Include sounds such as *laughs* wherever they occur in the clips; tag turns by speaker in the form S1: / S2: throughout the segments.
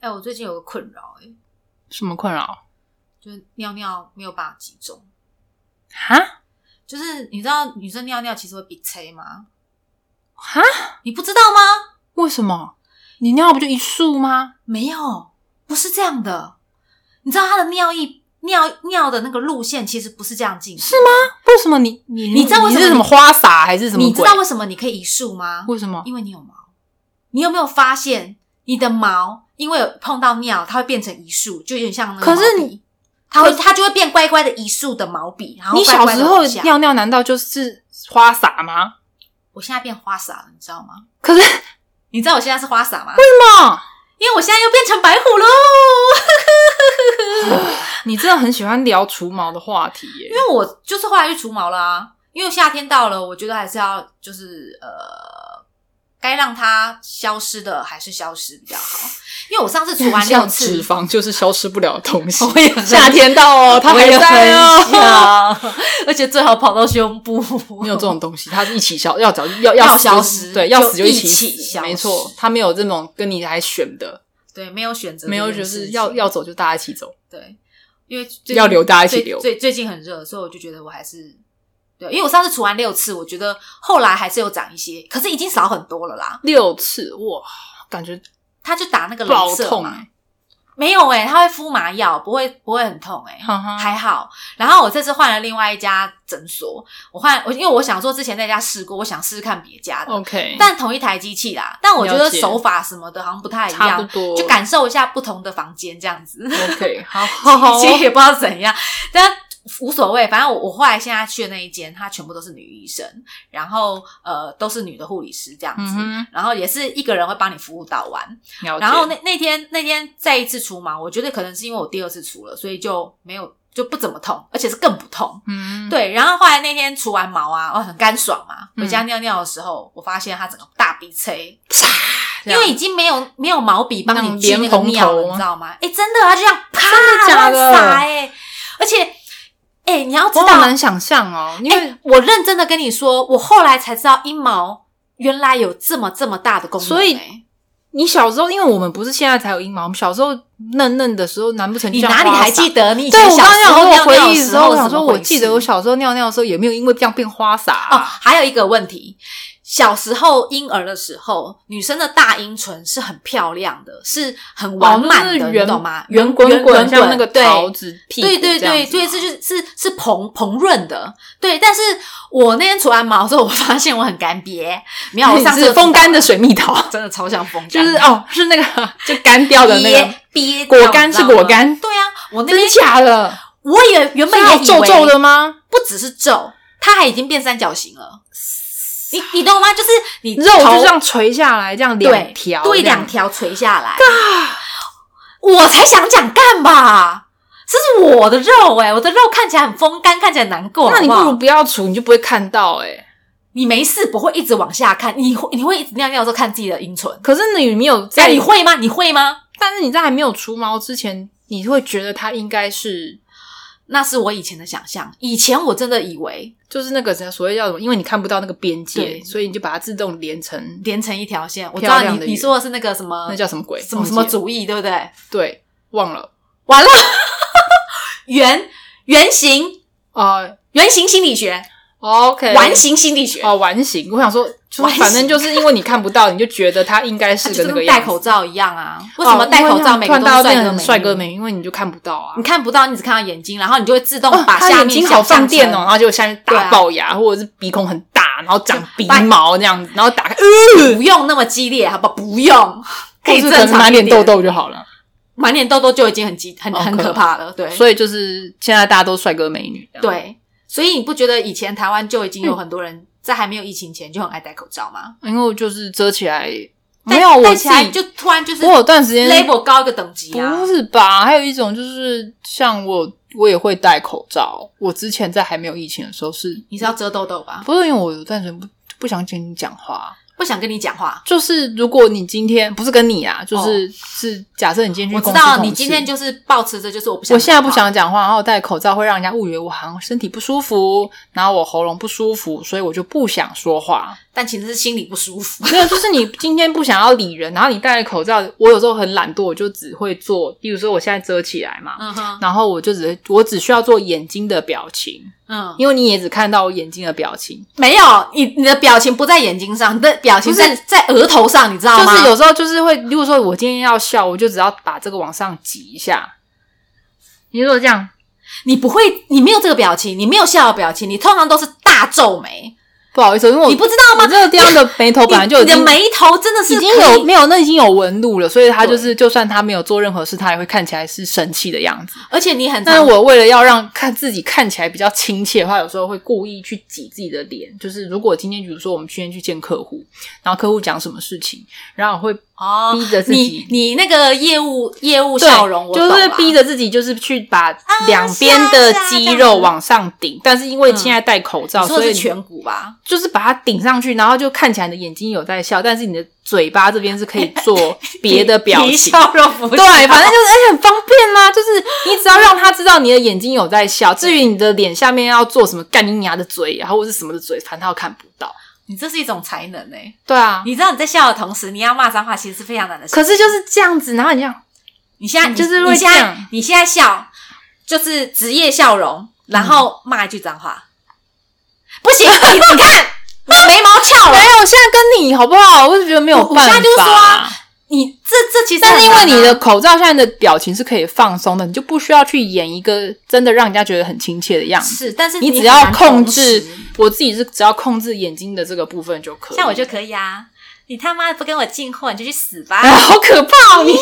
S1: 哎、我最近有个困扰、哎，
S2: 什么困扰？
S1: 就是尿尿没有办法集中。
S2: 哈
S1: 就是你知道女生尿尿其实会比催吗？
S2: 哈？
S1: 你不知道吗？
S2: 为什么？你尿不就一束吗？
S1: 没有，不是这样的。你知道她的尿液尿尿的那个路线其实不是这样进行，
S2: 是吗？为什么你你
S1: 你知道为什么
S2: 是什么花洒还是什么鬼？
S1: 你知道为什么你可以一束吗？
S2: 为什么？
S1: 因为你有毛。你有没有发现你的毛因为有碰到尿，它会变成一束，就有点像那个
S2: 可是
S1: 毛笔它会它就会变乖乖的一束的毛笔。然后
S2: 你
S1: 乖
S2: 小
S1: 乖地
S2: 时候
S1: 往下，
S2: 尿尿难道就是花洒吗？
S1: 我现在变花洒了，你知道吗？
S2: 可是
S1: *laughs* 你知道我现在是花洒吗？
S2: 梦，
S1: 因为我现在又变成白虎喽，
S2: 你真的很喜欢聊除毛的话题耶
S1: 因。为我就是后来去除毛啦、啊因为夏天到了，我觉得还是要就是呃，该让它消失的还是消失比较好。因为我上次除完六
S2: *laughs* 像
S1: 次
S2: 脂，肪就是消失不了的东西。
S1: *laughs* 我也很
S2: 夏天到哦，它
S1: 我
S2: 还
S1: 也
S2: 在
S1: 很
S2: 哦。
S1: 想， *laughs* 而且最好跑到胸部。
S2: 没有这种东西，它是一起消，要早要
S1: 要
S2: 死就
S1: 消失
S2: 对，要
S1: 就
S2: 死就一
S1: 一起
S2: 死
S1: 消
S2: 没错
S1: 失，
S2: 它没有这种跟你来选的，
S1: *laughs* 对，没有选择这
S2: 没
S1: 件
S2: 有
S1: 事情，
S2: 就是要要走就大家一起走。
S1: 对，因为最近
S2: 要留大家一起留
S1: 最最最近很热，所以我就觉得我还是对，因为我上次除完六次，我觉得后来还是有长一些，可是已经少很多了啦。
S2: 六次哇，感觉
S1: 他就打那个
S2: 爆
S1: 镭射
S2: 痛
S1: 嘛，
S2: 哎，
S1: 没有诶、他会敷麻药，不会不会很痛诶、
S2: 哈哈
S1: 还好，然后我这次换了另外一家诊所，我换我因为我想说之前那家试过，我想试试看别家的，
S2: OK，
S1: 但同一台机器啦，但我觉得
S2: 哦了解
S1: 手法什么的好像不太一
S2: 差不
S1: 样，
S2: 多
S1: 就感受一下不同的房间这样子。
S2: OK，好好 *laughs* 好，哦
S1: 其 *laughs* 实也不知道怎样，但无所谓。反正我我后来现在去的那一间，它全部都是女医生，然后呃都是女的护理师这样子，
S2: 嗯哼
S1: 然后也是一个人会帮你服务到完。
S2: 了解
S1: 然后那那天那天再一次除毛，我觉得可能是因为我第二次除了，所以就没有就不怎么痛，而且是更不痛。
S2: 嗯，
S1: 对，然后后来那天除完毛啊，哦，很干爽嘛。
S2: 嗯
S1: 回家尿尿的时候，我发现它整个大鼻塞，
S2: 这
S1: 因
S2: 样
S1: 为已经没有没有毛笔帮你
S2: 那
S1: 去
S2: 种
S1: 那
S2: 莲
S1: 个
S2: 蓬
S1: 尿了，
S2: 头
S1: 你
S2: 吗
S1: 知道吗？哎、真的，它就这样啪
S2: 的假
S1: 乱
S2: 的
S1: 撒哎、而且哎、诶你要知
S2: 我
S1: 道，
S2: 好难想象哦，因
S1: 哎、
S2: 为
S1: 我认真的跟你说，我后来才知道阴毛原来有这么这么大的功能、
S2: 所以
S1: 诶
S2: 你小时候，因为我们不是现在才有阴毛，我们小时候嫩嫩的时候，难不成
S1: 你
S2: 像
S1: 哪里
S2: 花
S1: 还
S2: 洒
S1: 记？得你以
S2: 对
S1: 前
S2: 我
S1: 小
S2: 刚
S1: 时
S2: 刚
S1: 候
S2: 有
S1: 尿
S2: 回
S1: 尿
S2: 忆
S1: 时
S2: 候，
S1: 候
S2: 我
S1: 是
S2: 想
S1: 怎么
S2: 说，
S1: 回事？
S2: 我记得我小时候尿尿的时候也没有因为这样变花洒
S1: 哦，
S2: 啊、
S1: 还有一个问题，小时候婴儿的时候，女生的大阴唇是很漂亮的，是很完满的，
S2: 哦就是
S1: 你
S2: 圆
S1: 懂吗？
S2: 圆
S1: 滚
S2: 滚滚，
S1: 滚，
S2: 像那个
S1: 对
S2: 桃子屁股
S1: 对对
S2: 这样
S1: 对，
S2: 子
S1: 对，
S2: 吗 *laughs*
S1: 这就是是是膨膨润的，对。但是我那天除完毛之后，我发现我很干瘪，没 *laughs* 有，我
S2: 你
S1: 上次
S2: 是
S1: 有
S2: 风干的
S1: 知
S2: 水蜜桃，
S1: 道，真的超像风干，
S2: 就是哦，是那个 *laughs* 就干掉的那
S1: 憋
S2: 个，
S1: 憋
S2: 果
S1: 掉
S2: 干
S1: 你
S2: 是
S1: 知道吗
S2: 果干
S1: 对啊，我那
S2: 真
S1: 边
S2: 假的？
S1: 我也原本
S2: 是
S1: 也
S2: 有
S1: 以
S2: 皱
S1: 为
S2: 皱的吗？
S1: 不只是皱，它还已经变三角形了。你你懂吗？就是你
S2: 肉就
S1: 头
S2: 这样垂下来，这样两
S1: 对
S2: 条，
S1: 对，
S2: 这样啊
S1: 两条垂下来。我才想讲干嘛？这是我的肉哎、我的肉看起来很风干，看起来难过。
S2: 那你不
S1: 好好
S2: 如不要除，你就不会看到哎、
S1: 你没事不会一直往下看，你会你会一直尿尿的时候看自己的阴唇。
S2: 可是你没有
S1: 哎、
S2: 在，
S1: 你会吗？你会吗？
S2: 但是你在还没有除毛之前，你会觉得它应该是
S1: 那是我以前的想象，以前我真的以为
S2: 就是那个所谓叫什么，因为你看不到那个边界，
S1: 对
S2: 所以你就把它自动连成
S1: 连成一条线。我知
S2: 漂
S1: 道
S2: 亮
S1: 你
S2: 的
S1: 你
S2: 圆
S1: 说的是那个什么
S2: 那叫什么鬼？
S1: 什么什么
S2: 忘记了
S1: 主义，对不对？
S2: 对，忘了
S1: 完了， *laughs* 圆圆形
S2: 啊。
S1: 圆形心理学，
S2: OK，
S1: 完形心理学，
S2: 哦，完形。我想说，就
S1: 完
S2: 是
S1: 形
S2: 反正就是因为你看不到，你就觉得它应该是
S1: 它啊就
S2: 个那
S1: 跟
S2: 个样
S1: 戴
S2: 子。哦
S1: 口罩一样啊。为
S2: 为
S1: 什么戴口罩每
S2: 突
S1: 个
S2: 然
S1: 都
S2: 大家
S1: 是帅
S2: 变
S1: 哥
S2: 成
S1: 美
S2: 帅哥
S1: 女？
S2: 美女？因为你就看不到啊
S1: 你。看不到，你只看到眼睛，然后你就会自动
S2: 哦，
S1: 把
S2: 他
S1: 下
S2: 眼
S1: 面
S2: 睛
S1: 想
S2: 好放
S1: 象
S2: 电哦，
S1: 成
S2: 然后就下面
S1: 对
S2: 大
S1: 啊
S2: 龅牙，或者是鼻孔很大，然后长鼻
S1: 把
S2: 毛这样子，然后打开，呃
S1: *laughs* 不用那么激烈，好不好？不用，可以
S2: *laughs* 或
S1: 正常一
S2: 是可能
S1: 点
S2: 满脸痘，痘就好了。
S1: 满脸痘痘就已经很激很
S2: 哦
S1: 很
S2: 可
S1: 可怕了，对，
S2: 所以就是现在大家都帅哥美女，这样，
S1: 对，所以你不觉得以前台湾就已经
S2: 嗯
S1: 有很多人在还没有疫情前就很爱戴口罩吗？
S2: 因为就是遮起来
S1: 戴
S2: 没有啊我
S1: 戴
S2: 自
S1: 起来
S2: 己，
S1: 就突然就是
S2: 我有段时间
S1: label 高一个等级啊
S2: 不，是吧？还有一种就是像我，我也会戴口罩。我之前在还没有疫情的时候是，
S1: 你是要遮痘痘吧？
S2: 不是因为我有段时间不不想跟你讲话、
S1: 不想跟你讲话。
S2: 就是如果你今天不是跟你啊，就是、是假设你今
S1: 哦
S2: 天
S1: 我知
S2: 去公司
S1: 道
S2: 同
S1: 你
S2: 事
S1: 今天就是保持着，就是我不想。
S2: 我现在不，想讲话，然后戴口罩会让人家误以为我好像身体不舒服，然后我喉咙不舒服，所以我就不想说话。
S1: 但其实是心里不舒服。
S2: 没有，就是你今天不想要理人，然后你戴了口罩。我有时候很懒惰，我就只会做，比如说我现在遮起来嘛，
S1: 嗯哼，
S2: 然后我就只我只需要做眼睛的表情，
S1: 嗯，
S2: 因为你也只看到我眼睛的表情。
S1: 没有，你你的表情不在眼睛上，你的表情
S2: 不
S1: 在
S2: 是
S1: 在额头上，你知道
S2: 就
S1: 吗？
S2: 是有时候就是会，如果说我今天要笑，我就只要把这个往上挤一下。你如果这样，
S1: 你不会，你没有这个表情，你没有笑的表情，你通常都是大皱眉，
S2: 不好意思，因为我
S1: 你不知道吗？
S2: 我这个地方的眉头哦本来
S1: 你
S2: 就已
S1: 你的
S2: 经
S1: 眉头真的是
S2: 已经
S1: 可以
S2: 有没有那已经有纹路了，所以他就是就算他没有做任何事，他也会看起来是生气的样子。
S1: 而且你很
S2: 但是
S1: 常
S2: 我为了要让看自己看起来比较亲切的话，有时候会故意去挤自己的脸。就是如果今天比如说我们今天去见客户，然后客户讲什么事情，然后我会
S1: 哦，
S2: 逼着自
S1: 你
S2: 己。
S1: 你那个业务业务
S2: 对
S1: 笑容，我懂啊
S2: 就
S1: 了
S2: 是逼着自己，就是去把两边的肌肉往上
S1: 啊
S2: 顶。但是因为现在戴口
S1: 嗯
S2: 罩，
S1: 你说
S2: 所
S1: 的
S2: 以
S1: 是
S2: 你
S1: 颧骨吧？
S2: 就是把它顶上去，然后就看起来你的眼睛有在笑，但是你的嘴巴这边是可以
S1: *laughs*
S2: 做别的表
S1: 皮
S2: 情。
S1: 笑肉不啊
S2: 对，反正就是而且很方便啦、就是你只要让他知道你的眼睛有在笑，至于你的脸下面要做什么干你牙的嘴，然后或是什么的嘴，反正他都看不到。
S1: 你这是一种才能哎、
S2: 对啊，
S1: 你知道你在笑的同时，你要骂脏话，其实是非常难的事。
S2: 可是就是这样子，然后你这样，
S1: 你现在你
S2: 就是
S1: 你
S2: 会
S1: 现
S2: 这
S1: 在
S2: 样
S1: 你现在笑，就是职业笑容，然后骂一句脏话，
S2: 嗯
S1: 不
S2: *laughs*
S1: 行，你你看你眉毛翘
S2: 没
S1: 了，
S2: 哎有，现在跟你好不好？我就觉得没有
S1: 我我
S2: 办法。
S1: 现在就说啊你这这
S2: *laughs*
S1: 其实
S2: 但是因为
S1: 很难啊
S2: 你的口罩现在的表情是可以放松的，你就不需要去演一个真的让人家觉得很亲切的样子。
S1: 啊是，但是
S2: 你只
S1: 很
S2: 要
S1: 难
S2: 控
S1: 同
S2: 制
S1: 时，
S2: 我自己是只要控制眼睛的这个部分就可以。
S1: 像我就可以啊。你他妈不跟我进货，你就去死吧！ *laughs*
S2: 哎，好可怕哦！你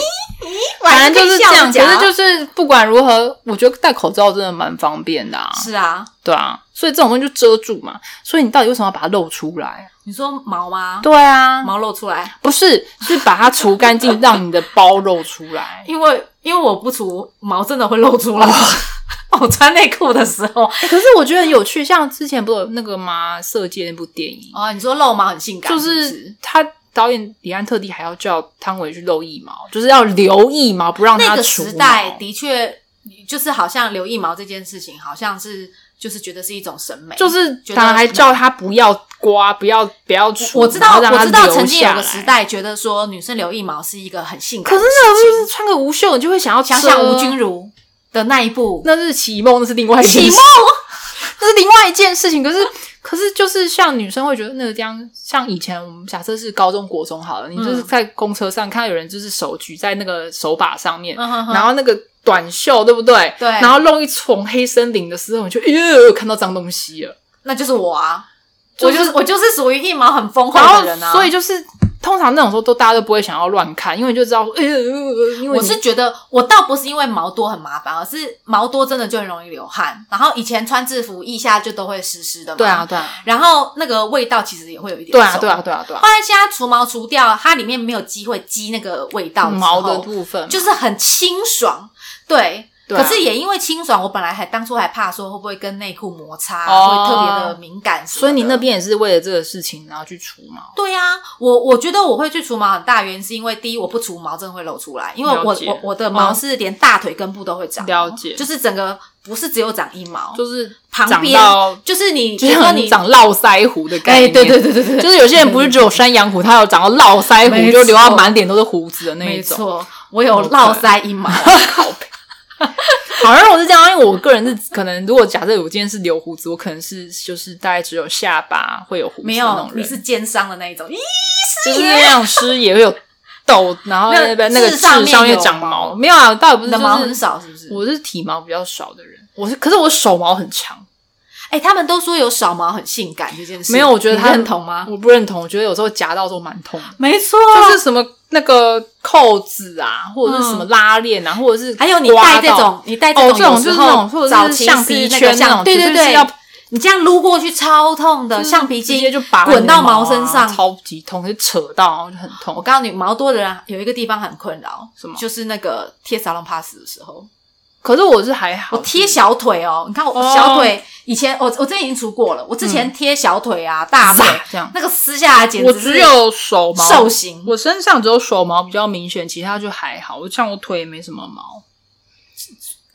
S1: 我还
S2: 反正就是
S1: 可以笑
S2: 这样，
S1: 着
S2: 可是
S1: 讲
S2: 就是不管如何，我觉得戴口罩真的蛮方便的啊，
S1: 是啊，
S2: 对啊，所以这种东西就遮住嘛。所以你到底为什么要把它露出来？
S1: 你说毛吗？
S2: 对啊，
S1: 毛露出来，
S2: 不是是把它除干净，让你的包露出来。
S1: 因为因为我不除毛真的会露出来。
S2: 哦
S1: *laughs* 我穿内裤的时候，
S2: 欸 *laughs* 可是我觉得很有趣，像之前不是有那个吗？《色戒》那部电影，
S1: 哦，你说露毛很性感，
S2: 就是
S1: 不
S2: 是他导演李安特地还要叫汤唯去露腋毛，就是要留腋毛，不让
S1: 那
S2: 他
S1: 个
S2: 除毛。
S1: 时代的确，就是好像留腋毛这件事情，好像是就是觉得是一种审美，
S2: 就是
S1: 觉得
S2: 当然还叫他不要刮，不要不要除，
S1: 我知
S2: 然
S1: 道
S2: 后让
S1: 我
S2: 他
S1: 知道
S2: 留
S1: 曾经有
S2: 下
S1: 个
S2: 来
S1: 时，代觉得说女生留腋毛是一个很性感
S2: 可
S1: 的
S2: 是呃
S1: 事
S2: 那种
S1: 情，
S2: 就是穿个无袖，你就会想要
S1: 想想吴君，如的那一部
S2: 那是启梦，那是另外一件
S1: 启
S2: 事
S1: 梦，
S2: *laughs* 那是另外一件事情。可是可是就是像女生会觉得那个地方，像以前我们假设是高中国中好了，你就是
S1: 嗯
S2: 在公车上看到有人就是手举在那个手把上面，
S1: 嗯哼哼
S2: 然后那个短袖，对不对？
S1: 对
S2: 然后露一丛黑森林的时候，你就哟看到脏东西了。
S1: 那就是我啊，
S2: 就
S1: 我
S2: 是
S1: 就是我就是属于腋毛很丰厚
S2: 然后
S1: 的人啊，
S2: 所以就是通常那种时候都大家都不会想要乱看，因为就知道，呃，因为
S1: 我
S2: 你
S1: 是觉得，我倒不是因为毛多很麻烦，而是毛多真的就很容易流汗。然后以前穿制服，腋下就都会湿湿的嘛。
S2: 对啊，。对啊，
S1: 然后那个味道其实也会有一点。
S2: 对啊，对啊，。对啊，对啊
S1: 后，来现在除毛除掉，它里面没有机会积那个味道之后，
S2: 毛的部分嘛
S1: 就是很清爽。对。
S2: 对啊
S1: 可是也因为清爽，我本来还当初还怕说会不会跟内裤摩擦，啊
S2: 哦
S1: 会特别的敏感什么的。
S2: 所以你那边也是为了这个事情然后去除毛。
S1: 对呀、我我觉得我会去除毛很大原因是因为第一我不除毛真的会露出来，因为我
S2: 了解哦
S1: 我我的毛是连大腿根部都会长哦，
S2: 了解
S1: 就是整个不是只有长一毛，
S2: 就是
S1: 旁
S2: 长
S1: 边
S2: 到
S1: 就是你
S2: 就
S1: 比如说
S2: 像
S1: 你
S2: 你长络腮胡的概
S1: 哎
S2: 念，
S1: 对对对对对，
S2: 就是有些人不是只有山羊胡，他有长到络腮
S1: 没
S2: 胡，就留到
S1: 错
S2: 满脸都是胡子的那
S1: 没
S2: 一种。
S1: 错，我有络腮一
S2: *laughs*
S1: 毛，
S2: 好像我是这样，因为我个人是可能，如果假设我今天是留胡子，我可能是就是大概只有下巴会有胡子的
S1: 没
S2: 那
S1: 有
S2: 种
S1: 你
S2: 人，
S1: 是奸商的那一种，咦，
S2: 就是那样师也会有痘，然后那边
S1: 那
S2: 那个
S1: 痣
S2: 痣
S1: 上面
S2: 上面
S1: 有
S2: 长
S1: 毛
S2: 毛，没有啊，倒也不
S1: 你
S2: 是，
S1: 的
S2: 就
S1: 毛很
S2: 是
S1: 少是不是？
S2: 我是体毛比较少的人，我是，可是我手毛很长，
S1: 哎，他们都说有少毛很性感这件事，
S2: 没有，我觉得
S1: 你
S2: 他
S1: 认同吗？哦
S2: 我不认同，我觉得有时候夹到都蛮痛的，
S1: 没错，
S2: 就是什么那个扣子啊，或者是什么拉链啊，或者是
S1: 还有你
S2: 刮
S1: 戴这
S2: 到
S1: 种，你戴
S2: 哦，
S1: 这
S2: 这
S1: 种
S2: 种就
S1: 有
S2: 是
S1: 时
S2: 那种
S1: 候
S2: 或
S1: 早
S2: 者是
S1: 期
S2: 橡
S1: 是那
S2: 皮圈
S1: 个
S2: 那
S1: 橡
S2: 种，
S1: 对
S2: 就
S1: 对
S2: 是
S1: 对，
S2: 要
S1: 你这样撸过去超痛的，橡皮
S2: 直接
S1: 筋
S2: 就把
S1: 滚到毛
S2: 啊
S1: 身上
S2: 超级痛，就扯到然后就很
S1: 我
S2: 痛。
S1: 告诉你，毛多的人有一个地方很困扰，
S2: 什么
S1: 就是那个贴沙龙 pass 的时候，
S2: 可是我是还好，
S1: 我贴小腿哦。你看我
S2: 哦嗯
S1: 小腿以前，我我之前已经除过了，我之前贴小腿啊、大腿
S2: 撒这样
S1: 那个撕下来简直
S2: 我
S1: 是
S2: 只有手毛
S1: 受刑
S2: 我身上只有手毛比较明显，其他就还好。我像我腿也没什么毛，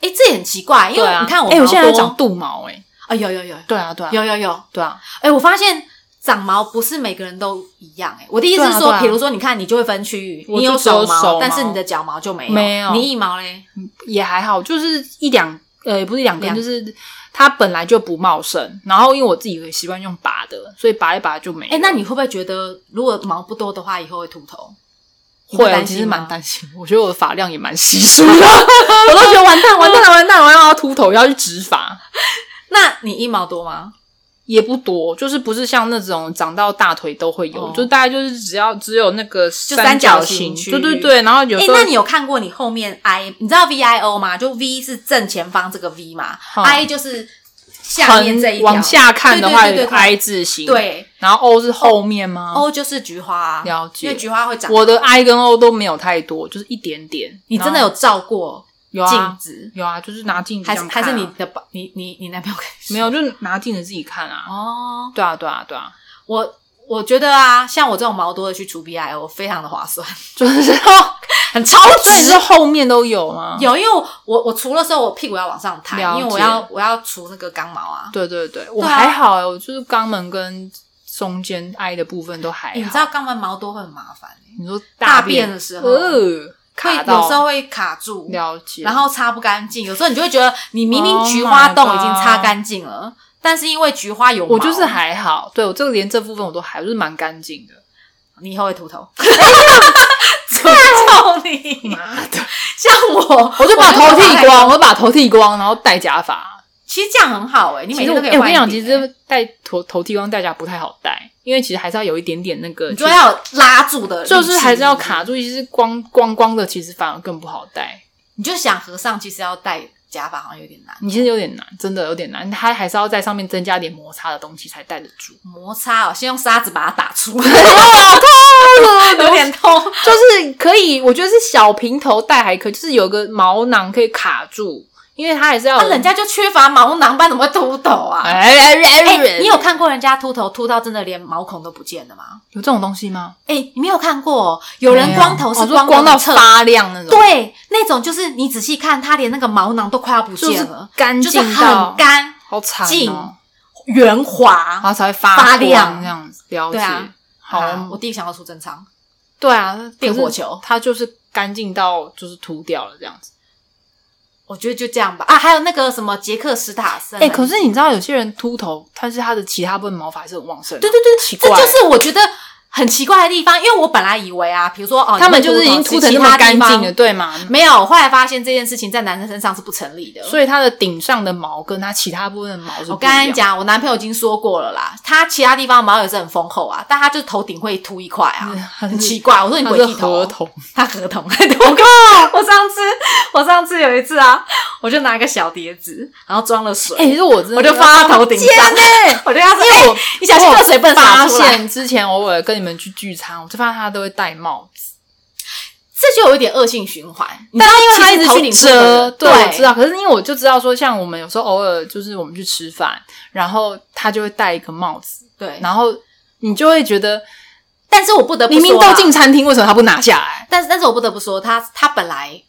S1: 哎，这也很奇怪，因
S2: 对
S1: 为
S2: 啊
S1: 你看我
S2: 哎，
S1: 毛
S2: 我现在还
S1: 多
S2: 长肚毛哎，
S1: 啊，有有有
S2: 对啊，对啊，
S1: 有有有，
S2: 对啊，
S1: 哎，我发现长毛不是每个人都一样、欸。我的意思
S2: 对啊
S1: 是说，
S2: 对啊
S1: 比、如说，你看你就会分区域，
S2: 我
S1: 你
S2: 就
S1: 有
S2: 只有
S1: 手毛，
S2: 手
S1: 但是
S2: 毛
S1: 你的脚毛就没有，
S2: 没有
S1: 你一毛嘞，
S2: 也还好，就是一两呃，也不是一两根，
S1: 两
S2: 就是它本来就不茂盛。然后因为我自己会习惯用拔的，所以拔一拔就没有。
S1: 哎、那你会不会觉得，如果毛不多的话，以后会秃头？你
S2: 会啊？
S1: 担
S2: 其
S1: 心
S2: 实蛮
S1: 吗
S2: 担心，我觉得我的发量也蛮稀疏的，我都觉得完蛋，完蛋了，完蛋了，我要秃头，要去植发。
S1: 那你一毛多吗？
S2: 也不多，就是不是像那种长到大腿都会有，
S1: 哦
S2: 就大概就是只要只有那个三
S1: 三角形
S2: 形，
S1: 区域
S2: 对对对，然后有
S1: 哎、
S2: 时候、
S1: 那你有看过你后面 I？你知道 V I O 吗？就 V 是正前方这个 V 嘛、
S2: 嗯
S1: i 就是下面这一条
S2: 横往下看的话
S1: 对对
S2: 有
S1: 对
S2: 个
S1: 对
S2: I 字形，，
S1: 对
S2: 然后 O 是后面吗？
S1: ，O 就是菊花、啊，
S2: 嗯了
S1: 因为
S2: 解。
S1: 菊花会长。
S2: 我的 I 跟 O 都没有太多，就是一点点。
S1: 你真的
S2: 然后
S1: 有照过
S2: 有
S1: 镜
S2: 啊
S1: 子？
S2: 有啊，就是拿镜子
S1: 还
S2: 这
S1: 是
S2: 样
S1: 还
S2: 看啊
S1: 是你的爸你你你男朋友看
S2: 没有，就是拿镜子自己看啊。
S1: 哦，
S2: 对啊，对啊，对啊，
S1: 我我觉得啊，像我这种毛多的去除 B I O 非常的划
S2: *laughs*
S1: 算，
S2: 就是
S1: 很超
S2: 所以你是后面都有吗？
S1: 有，因为我我我除的时候，我屁股要往上抬，
S2: 啊了
S1: 因为我
S2: 解
S1: 要我要除那个刚毛啊。
S2: 对对对，我
S1: 对啊
S2: 还好、欸，我就是肛门跟中间 I 的部分都还好。
S1: 你知道肛门毛多会很麻烦、欸，
S2: 你说
S1: 大
S2: 便
S1: 便的时候
S2: 呃，
S1: 会
S2: 卡到
S1: 有时候会卡住，
S2: 了解，
S1: 然后擦不干净。有时候你就会觉得你明明
S2: Oh
S1: 菊花
S2: my
S1: 洞已经擦
S2: God
S1: 干净了，但是因为菊花有毛，
S2: 我就是还好，对我这个连这部分我都还我就是蛮干净的。
S1: 你以后会秃
S2: *laughs*
S1: 头。
S2: 啊
S1: *laughs* 操你！
S2: 妈的，
S1: 像我，
S2: *laughs* 我就把头剃
S1: 太
S2: 光，我就把头剃光，然后戴假发。
S1: 其实这样很好哎、欸，你每
S2: 其实
S1: 天都
S2: 我
S1: 可以
S2: 哎我
S1: 换
S2: 跟
S1: 一
S2: 你
S1: 顶欸、
S2: 讲，其实戴头头剃光戴假不太好戴，因为其实还是要有一点点那个，
S1: 你就要有拉住的力气，
S2: 就是还是要卡住，其实光光光的其实反而更不好戴。
S1: 你就想和尚，其实要戴假发好像有点难，
S2: 你其实有点难，真的有点难，它还是要在上面增加点摩擦的东西才戴得住。
S1: 摩擦哦，先用沙子把它打出来，
S2: *laughs* 啊
S1: *laughs* 有点痛。
S2: 就是可以，我觉得是小平头戴还可以，就是有个毛囊可以卡住，因为它还是要有
S1: 那啊人家就缺乏毛囊，不然怎么会秃头啊？
S2: 哎哎哎
S1: 哎、
S2: 哎，
S1: 你有看过人家秃头秃到真的连毛孔都不见了吗？
S2: 有这种东西吗？
S1: 哎、你没有看过、哦，有人光头是
S2: 没有哦说
S1: 光
S2: 光到
S1: 侧，
S2: 发亮那种，，
S1: 对，那种就是你仔细看，他连那个毛囊都快要不
S2: 就是
S1: 见了，
S2: 干
S1: 就是
S2: 净
S1: 很
S2: 到
S1: 干
S2: 好惨
S1: 净
S2: 哦，
S1: 圆滑
S2: 然。后才会发
S1: 发
S2: 光
S1: 亮
S2: 这样子，了
S1: 对
S2: 解
S1: 啊。
S2: 好
S1: 啊，我弟想要出真仓，
S2: 对啊，
S1: 变
S2: 可是
S1: 火球
S2: 它就是干净到就是秃掉了这样子。
S1: 我觉得就这样吧。啊，还有那个什么杰克史塔森，啊
S2: 哎，可是你知道有些人秃头，但是他的其他部分毛发还是很旺盛啊的，
S1: 对对对，
S2: 奇
S1: 这
S2: 怪
S1: 就是我觉得很奇怪的地方，因为我本来以为啊，比如说哦，
S2: 他们就是已经
S1: 秃
S2: 秃成那么干净了，
S1: 了，
S2: 对吗？
S1: 没有。我后来发现这件事情在男生身上是不成立的。
S2: 所以它的顶上的毛跟它其他部分的毛是
S1: 我
S2: 不一
S1: 刚
S2: 样
S1: 刚讲，我男朋友已经说过了啦，他其他地方毛也是很丰厚啊，但他就头顶会秃一块啊，
S2: 它是
S1: 很奇怪。我说你
S2: 它
S1: 鬼
S2: 嗯是
S1: 剃头
S2: 合
S1: 哦，
S2: 同，
S1: 他合同。 *laughs* 我靠！我上次我上次有一次啊，我就拿一个小碟子，然后装了水，
S2: 哎、欸，是我真的
S1: 我就放他头顶上
S2: 天呢、
S1: 我就跟他说：“
S2: 因为
S1: 哎
S2: 我
S1: 你小心
S2: 我
S1: 热水不能洒
S2: 发
S1: 出来。
S2: 现之前偶尔跟你们去聚餐，我就发现他都会戴帽子，”
S1: 这就有一点恶性循环。
S2: 但他
S1: 哦因为他一直
S2: 一
S1: 去
S2: 直
S1: 领
S2: 去
S1: 这个
S2: 遮，
S1: 人
S2: 对，
S1: 对
S2: 我知道。可是因为我就知道说，像我们有时候偶尔就是我们去吃饭，然后他就会戴一个帽子，
S1: 对，
S2: 然后你就会觉得啊
S1: 但是我不得不
S2: 明
S1: 说，啊
S2: 明都进，餐厅，为什么他不拿下来？
S1: 但是但是我不得不说，他他本来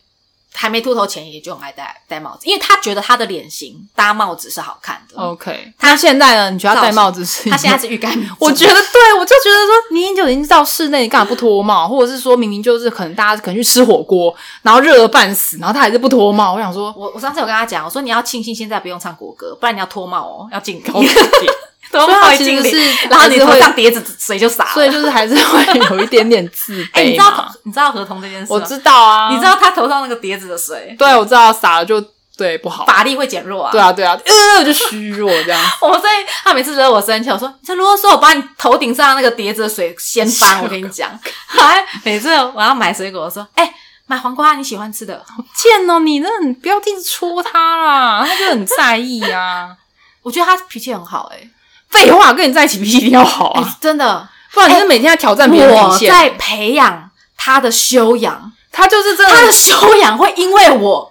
S1: 还没秃头前也就很爱戴戴帽子，因为他觉得他的脸型搭帽子是好看的。
S2: OK，他现在呢？你觉得他戴帽子是？
S1: 他现在是欲盖 *laughs* 弥彰，
S2: *laughs* 我觉得对，我就觉得说，明明就已经到室内，你干嘛不脱帽？或者是说明明就是可能大家可能去吃火锅，然后热得半死，然后他还是不脱帽。我想说，
S1: 我我上次有跟他讲，我说你要庆幸现在不用唱国歌，不然你要脱帽哦，要敬礼，
S2: 所以
S1: *laughs* 脱
S2: 他
S1: 帽会
S2: 其
S1: 敬
S2: 实
S1: 礼，
S2: 是，
S1: 然后你
S2: 还是
S1: 头
S2: 会，
S1: 上碟子水就洒了。
S2: 所以就是还是会
S1: *laughs*
S2: 有一点点自
S1: 哎、你
S2: 卑
S1: 知道
S2: 嘛。
S1: 头你知道合同这件事吗？
S2: 我知道啊，
S1: 你知道，他头上那个碟子的水，
S2: 对，我知道，傻了就对不
S1: *laughs*
S2: 好，
S1: 法力会减弱啊。
S2: 对啊，对啊，呃，就虚弱这
S1: *laughs*
S2: 样。
S1: 我所以他每次惹我生气，我说你这啰嗦，我把你头顶上那个碟子的水掀 *laughs* 翻。我跟你讲，还每次我要买水果，我说哎、买黄瓜你喜欢吃的，
S2: 贱哦，你那你不要一直戳他啦，他就很在意啊。
S1: 我觉得他脾气很好哎、
S2: *laughs* 废话，跟你在一起脾气一定要好
S1: 哎
S2: 啊，
S1: 真的，
S2: 不然你是每天在挑战别人底
S1: 我
S2: 线。
S1: 在培养他的修养，
S2: 他就是真的，
S1: 他的修养会因为我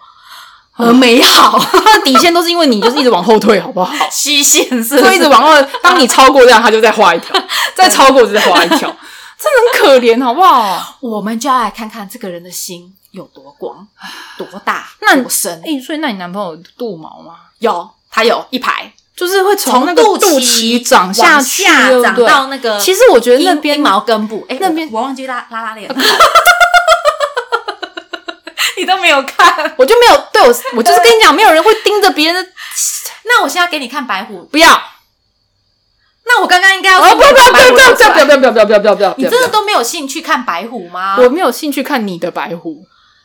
S1: 而美 *laughs* 好，
S2: 他的底线都是因为你就是一直往后退，好 *laughs* 不好？
S1: 虚线是不
S2: 所
S1: 是
S2: 以一直往后，当你超过这样，他就再画一 *laughs* 条，再超过就再画一条， *laughs* 真的很可怜，好不好？
S1: 我们就要来看看这个人的心有多广、多大、
S2: 那
S1: 多深。
S2: 哎、所以那你男朋友有肚毛吗？
S1: 有，他有一排，
S2: 就是会从那个
S1: 肚
S2: 肚
S1: 脐
S2: 长
S1: 下
S2: 去，
S1: 下
S2: 对不
S1: 长
S2: 对
S1: 到那个，
S2: 其实我觉得那边
S1: 阴毛根部，哎，
S2: 那
S1: 我
S2: 边
S1: 我忘记拉拉拉链
S2: *laughs*
S1: 了，你都没有看。
S2: 我就没有对我，我就是跟你讲，没有人会盯着别人的，
S1: 那我现在给你看白虎，
S2: 不要，
S1: 那我刚刚应该要
S2: 哦 *laughs* 不
S1: 说
S2: 不要
S1: 把
S2: 不
S1: 白
S2: 要
S1: 虎
S2: 不要
S1: 露
S2: 不
S1: 出来
S2: 要不要不要不要不要不要不要！
S1: 你真的都没有兴趣看白虎吗？
S2: 我没有兴趣看你的白虎，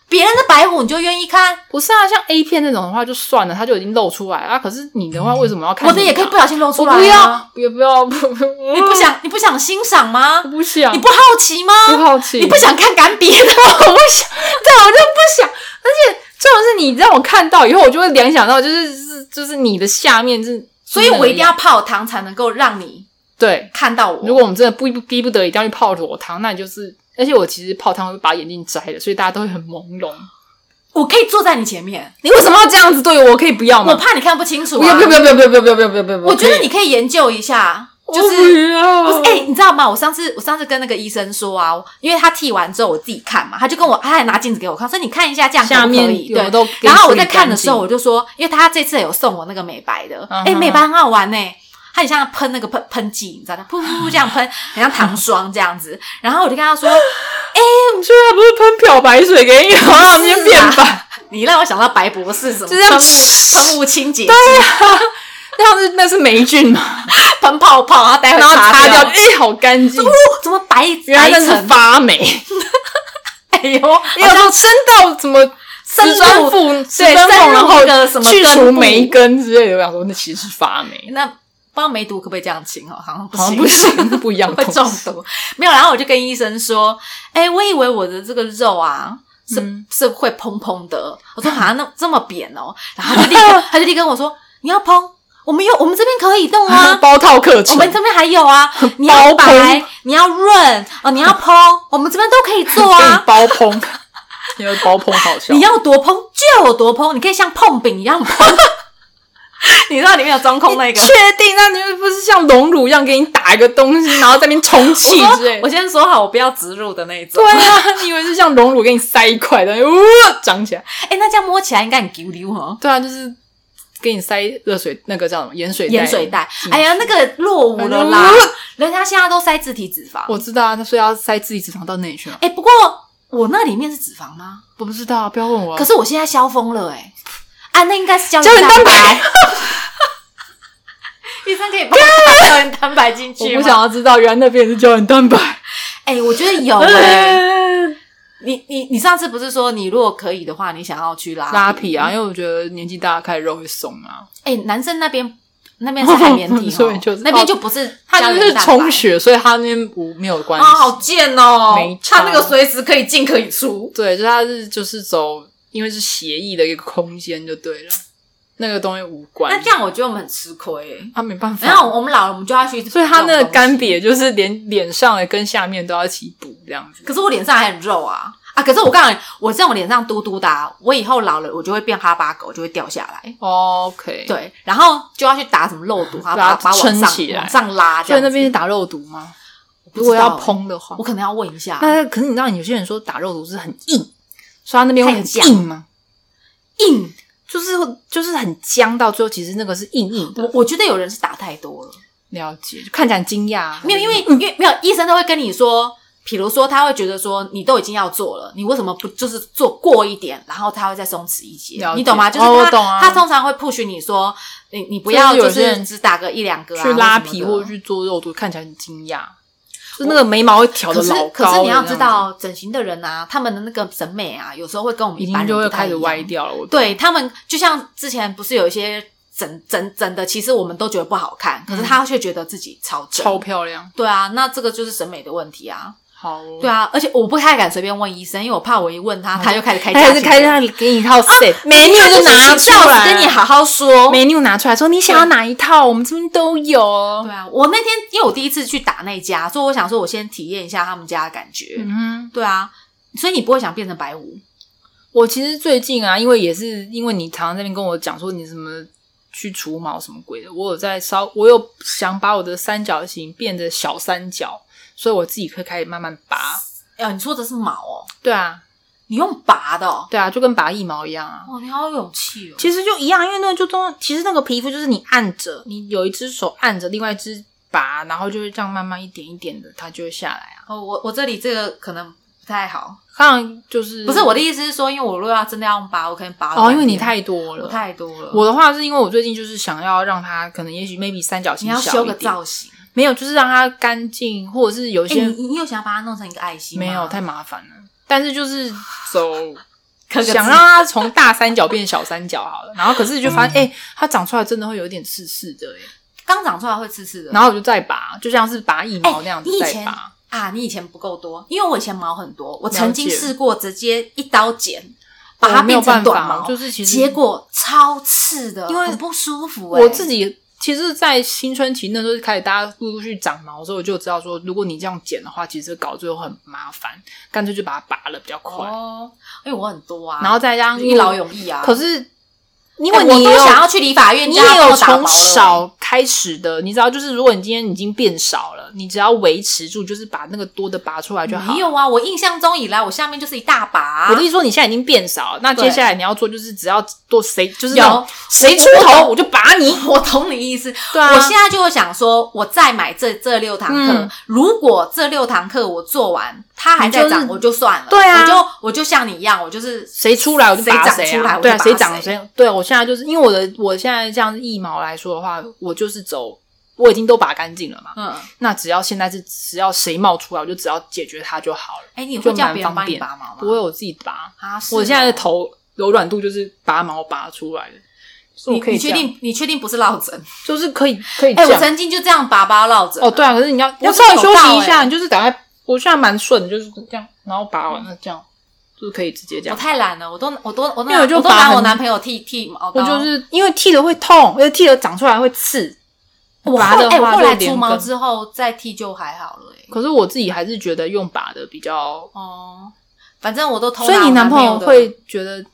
S1: 别人的白虎你就愿意看，
S2: 不是啊，像 A 片那种的话就算了，它就已经露出来啊。可是你的话
S1: 嗯
S2: 为什么要看？
S1: 我的也可以不，小心露
S2: 我
S1: 出来、啊。
S2: 不要，也不要，不不，
S1: 你不想，你不想欣赏吗
S2: 我？不想
S1: 你，不好奇吗？
S2: 不好奇，
S1: 你不想看干瘪的？
S2: *laughs* 我不想，对，我就不想。而且最好是你让我看到以后，我就会联想到，就是是就是你的下面是，
S1: 所以我一定要泡汤才能够让你
S2: 对。
S1: 看到我。
S2: 如果我们真的不逼不得已一定要去泡裸汤，那你就是，而且我其实泡汤会把眼镜摘了，所以大家都会很朦胧。
S1: 我可以坐在你前面，
S2: 你为什么要这样子对我？我可以不要吗？
S1: 我怕你看不清楚、啊。
S2: 不要不要不要不要不要不要不要不要不要！
S1: 我觉得你可以研究一下，就。
S2: 就是是
S1: 不
S2: 不
S1: 是，哎、你知道吗？我上次我上次跟那个医生说啊，因为他剃完之后我自己看嘛，他就跟我，他还拿镜子给我看，说你看一下这样可不
S2: 下
S1: 可
S2: 面
S1: 以
S2: 有
S1: 对
S2: 的，都，
S1: 然后我在看的时候，我就说，因为他这次有送我那个美白的，
S2: 嗯
S1: 哎、
S2: 哼
S1: 美白很好玩呢、它很像喷那个喷喷剂，你知道
S2: *laughs*
S1: 吗？噗噗噗这样喷，很像糖霜这样子。然后我就跟他说 *laughs*
S2: 你虽啊然不是喷漂白水给你，然后让
S1: 是
S2: 你
S1: 啊
S2: 变白，：“
S1: 你让我想到白博士什么
S2: 就这样
S1: 喷雾喷雾清洁剂，
S2: 那样子那是霉菌嘛，
S1: 喷泡泡，然后待会
S2: *laughs* 然后擦
S1: 掉。
S2: 掉，
S1: 哦
S2: 哎，好干净，”
S1: 怎么白
S2: 原
S1: 白
S2: 来那是
S1: 层？
S2: 发霉，
S1: 哎呦，好
S2: 你有时候伸到什么
S1: 深入
S2: 瓷砖缝，
S1: 对
S2: 瓷砖缝
S1: 深入
S2: 然后
S1: 那个什么
S2: 去
S1: 根
S2: 除
S1: 部
S2: 霉根之类的，我想说那其实是发霉，
S1: 那不知道梅毒可不可以这样清哦？好像不
S2: 好像
S1: 行，
S2: 不
S1: *laughs*
S2: 行，不一样的
S1: 会
S2: 东西
S1: 中毒。没有，然后我就跟医生说：“哎、我以为我的这个肉啊。”是、
S2: 嗯，
S1: 是会蓬蓬的，我说好像那这么扁哦，然后他就立刻他就立刻跟我说你要蓬，我们有我们这边可以动啊
S2: 包套课
S1: 我
S2: 程，
S1: 们这边还有啊，你要
S2: 包
S1: 白，你要润哦，你要蓬，我们这边都可以做
S2: 给你
S1: 啊，
S2: 包蓬，因为包蓬好笑
S1: 你，要多蓬就有多蓬，你可以像碰饼一样蓬，
S2: *laughs*
S1: *laughs* 你知道里面有中控那个
S2: 确定？那你又不是像龙乳一样给你打一个东西，然后在那边充气
S1: 我
S2: 之类
S1: 说我
S2: 的？
S1: 先说好，我不要植入的那一种
S2: 对。啊，你以为是像龙乳给你塞一块的，呜、长起来？
S1: 哎、那这样摸起来应该很丢哦丢哈。
S2: 对啊，就是给你塞热水，那个叫什么盐水
S1: 盐水。袋，
S2: 进去
S1: 哎呀，那个落伍了啦
S2: 哎呦！
S1: 人家现在都塞自体脂肪。
S2: 我知道啊，那所以要塞自己脂肪到那里去吗？
S1: 哎、不过我那里面是脂肪吗？
S2: 我不知道啊，不要问我啊、
S1: 可是我现在消风了、哎，啊，那应该是胶
S2: 胶原
S1: 蛋
S2: 蛋
S1: 白。 *laughs* 医生可以帮我打胶原蛋白进
S2: 我
S1: 去
S2: 不
S1: 吗？
S2: 想要知道，原来那边是胶原蛋 *laughs* 白。
S1: 哎、我觉得有哎、
S2: *laughs*
S1: 你你你上次不是说你如果可以的话，你想要去拉
S2: 拉皮啊，因为我觉得年纪大，开始肉会松啊。
S1: 哎、男生那边那边是海绵体
S2: *laughs* 所以
S1: 哦
S2: 就是，
S1: 那边就不是
S2: 它就是充
S1: 充血。
S2: 血，所以它那边不没有关
S1: 啊、
S2: 系。
S1: 好贱哦！
S2: 没差
S1: 他那个随时可以进可以出，
S2: 对，就它是就是走，因为是协议的一个空间就对了，那个东西无关。
S1: 那这样我觉得我们很吃亏欸。
S2: 他没办法，
S1: 然后我们老了，我们就要去，
S2: 所以他那个干，瘪就是连脸上的跟下面都要一起补这样子。
S1: 可是我脸上还很肉啊啊！可是我告诉你，我这种脸上嘟嘟的、啊，我以后老了我就会变哈巴狗，就会掉下来。
S2: OK，，
S1: 对，然后就要去打什么肉
S2: *laughs*
S1: 毒，然后把
S2: 把
S1: 把
S2: 它
S1: 我往
S2: 撑
S1: 上
S2: 起来
S1: 往上拉这
S2: 所以
S1: 样
S2: 那边
S1: 子。
S2: 是打肉毒吗？
S1: 不
S2: 如
S1: 知道
S2: 果
S1: 欸
S2: 要烹的话
S1: 我，可能要问一下，
S2: 那可是你知道，有些人说打肉毒是很硬，所以他那边会
S1: 太
S2: 很
S1: 僵
S2: 硬吗？
S1: 硬，
S2: 就是会就是很僵，到最后其实那个是硬硬的。
S1: 我我觉得有人是打太多了，
S2: 了解，就看起来很惊讶啊，
S1: 没有，因为因为没有医生都会跟你说，比如说他会觉得说你都已经要做了，你为什么不就是做过一点，然后他会再松弛一些
S2: 了，解
S1: 你懂吗？就是他、
S2: 哦我懂啊
S1: 他通常会 push 你说你你不要
S2: 就
S1: 就
S2: 是有些
S1: 是
S2: 人
S1: 只打个一两个、啊、
S2: 去拉
S1: 什
S2: 皮
S1: 么的
S2: 或者去做肉毒，看起来很惊讶，就那个眉毛会挑的
S1: 可是
S2: 老高
S1: 可是你要
S2: 这样子
S1: 知，道，整形的人啊，他们的那个审美啊，有时候会跟我们
S2: 已
S1: 一般
S2: 经
S1: 人
S2: 就会
S1: 不太
S2: 开始
S1: 一样
S2: 歪掉了。我
S1: 对他们，就像之前不是有一些整整整的，其实我们都觉得不好看，可是他却觉得自己超整。
S2: 嗯超漂亮，
S1: 对啊，那这个就是审美的问题啊。
S2: 好哦，
S1: 对啊，而且我不太敢随便问医生，因为我怕我一问他，他就开始开啊
S2: 他
S1: 价
S2: 还
S1: 钱。
S2: 是开他给你一套 set，美女
S1: 他
S2: 就拿
S1: 请
S2: 出
S1: 教
S2: 来，
S1: 跟你好好说。
S2: 美女拿出来说你想要哪一套，我们这边都有
S1: 对
S2: 哦。
S1: 啊，我那天因为我第一次去打那家，所以我想说，我先体验一下他们家的感觉。
S2: 嗯哼，
S1: 对啊，所以你不会想变成白狐？
S2: 我其实最近啊，因为也是因为你常常在那边跟我讲说你什么去除毛什么鬼的，我有在稍，我有想把我的三角形变得小三角，所以我自己可以开始慢慢拔。
S1: 哎、你说的是毛哦？
S2: 对啊，
S1: 你用拔的哦，
S2: 对啊，就跟拔腋毛一样啊。
S1: 哦你好有勇气哦。
S2: 其实就一样，因为那就都其实那个皮肤就是你按着，你有一只手按着，另外一只拔，然后就会这样慢慢一点一点的，它就会下来啊。
S1: 哦，我我这里这个可能不太好，
S2: 当然就是
S1: 不是我的意思是说，因为我如果要真的要用拔，我可能拔了
S2: 嗯哦，因为你
S1: 半天
S2: 太多了
S1: 我。太多了，
S2: 我的话是因为我最近就是想要让它可能也许 maybe 三角形
S1: 你要
S2: 小
S1: 修
S2: 一
S1: 个
S2: 点，
S1: 造型。
S2: 没有就是让它干净，或者是有一
S1: 哎、
S2: 些、
S1: 你你有想要把它弄成一个爱心吗？
S2: 没有太麻烦了。但是就是 *laughs* 走
S1: 可
S2: 想让它从大三角变小三角好了，然后可是就发现哎、它长出来真的会有一点刺刺的哎、
S1: 刚长出来会刺刺的。
S2: 然后我就再拔，就像是拔腋毛那样子
S1: 哦你以
S2: 再
S1: 前
S2: 拔。
S1: 啊，你以前不够多，因为我以前毛很多，我
S2: 解
S1: 曾经试过直接一刀剪，
S2: 我
S1: 把它
S2: 没有
S1: 变
S2: 办
S1: 成
S2: 法
S1: 短毛，
S2: 就是其实
S1: 结果超刺的，
S2: 因为
S1: 很不舒服、欸。
S2: 我自己其实，在青春期那时候开始，大家陆陆续续长毛之后，我就知道说，如果你这样剪的话，其实搞最后很麻烦，干脆就把它拔了比较快。
S1: 哦，因为我很多啊，
S2: 然后再加上
S1: 一劳永逸啊。
S2: 可是因
S1: 因
S2: 为
S1: 我
S2: 你
S1: 都
S2: 有
S1: 想要去理法院，
S2: 你
S1: 叫他
S2: 也
S1: 帮
S2: 有
S1: 我打薄
S2: 从
S1: 了
S2: 少开始的，你知道，就是如果你今天已经变少了，你只要维持住，就是把那个多的拔出来就好
S1: 没。有啊，我印象中以来，我下面就是一大把啊、
S2: 我的意思说，你现在已经变少了，那接
S1: 对
S2: 下来你要做就是只要多谁就是
S1: 有
S2: 那种谁出头我就拔你。
S1: 我懂你意思，
S2: 对啊，
S1: 我现在就会想说，我再买这这六堂课，
S2: 嗯
S1: 如果这六堂课我做完，它还在
S2: 你就
S1: 长，
S2: 是
S1: 我就算了。
S2: 对啊
S1: 我就我就像你一样，我就是
S2: 谁出来我就
S1: 谁
S2: 拔
S1: 长
S2: 谁
S1: 出来
S2: 啊，
S1: 我就
S2: 对啊，
S1: 拔
S2: 谁长
S1: 谁
S2: 谁，对我现在就是因为我的我现在这样一毛来说的话，我就是走，我已经都拔干净了嘛，
S1: 嗯，
S2: 那只要现在是只要谁冒出来，我就只要解决它就好了，
S1: 哎、你
S2: 就
S1: 会叫别
S2: 蛮
S1: 人
S2: 方
S1: 帮你
S2: 便
S1: 拔毛吗？
S2: 不会我自己拔，
S1: 啊，是
S2: 我现在的
S1: 哦，
S2: 头柔软度就是拔毛拔出来的，所以
S1: 你
S2: 我可以
S1: 你
S2: 这
S1: 确
S2: 样，
S1: 定你确定不是落枕？
S2: 就是可以可以
S1: 哎、
S2: 这
S1: 我
S2: 样，
S1: 曾经就这样拔拔落枕。
S2: 哦，对啊，可是你要
S1: 要
S2: 要稍微
S1: 手
S2: 休息
S1: 到
S2: 一下，
S1: 欸
S2: 你就是赶快，我现在蛮顺的，就是这样，然后拔完了这样，就是可以直接这
S1: 我
S2: 样。
S1: 太懒了，我都我都我都
S2: 因为我就
S1: 都
S2: 拔
S1: 拿我
S2: 很
S1: 男朋友剃剃毛
S2: 我
S1: 刀，
S2: 就是因为剃了会痛，而且剃了长出来会刺。
S1: 我
S2: 拔
S1: 后
S2: 的
S1: 哎、我
S2: 话
S1: 后
S2: 就
S1: 来
S2: 连
S1: 除毛
S2: 根
S1: 之后再剃就还好了、哎，
S2: 可是我自己还是觉得用拔的比较。
S1: 哦，反正我都偷
S2: 所以
S1: 拿
S2: 你
S1: 我男
S2: 朋
S1: 友的
S2: 会觉得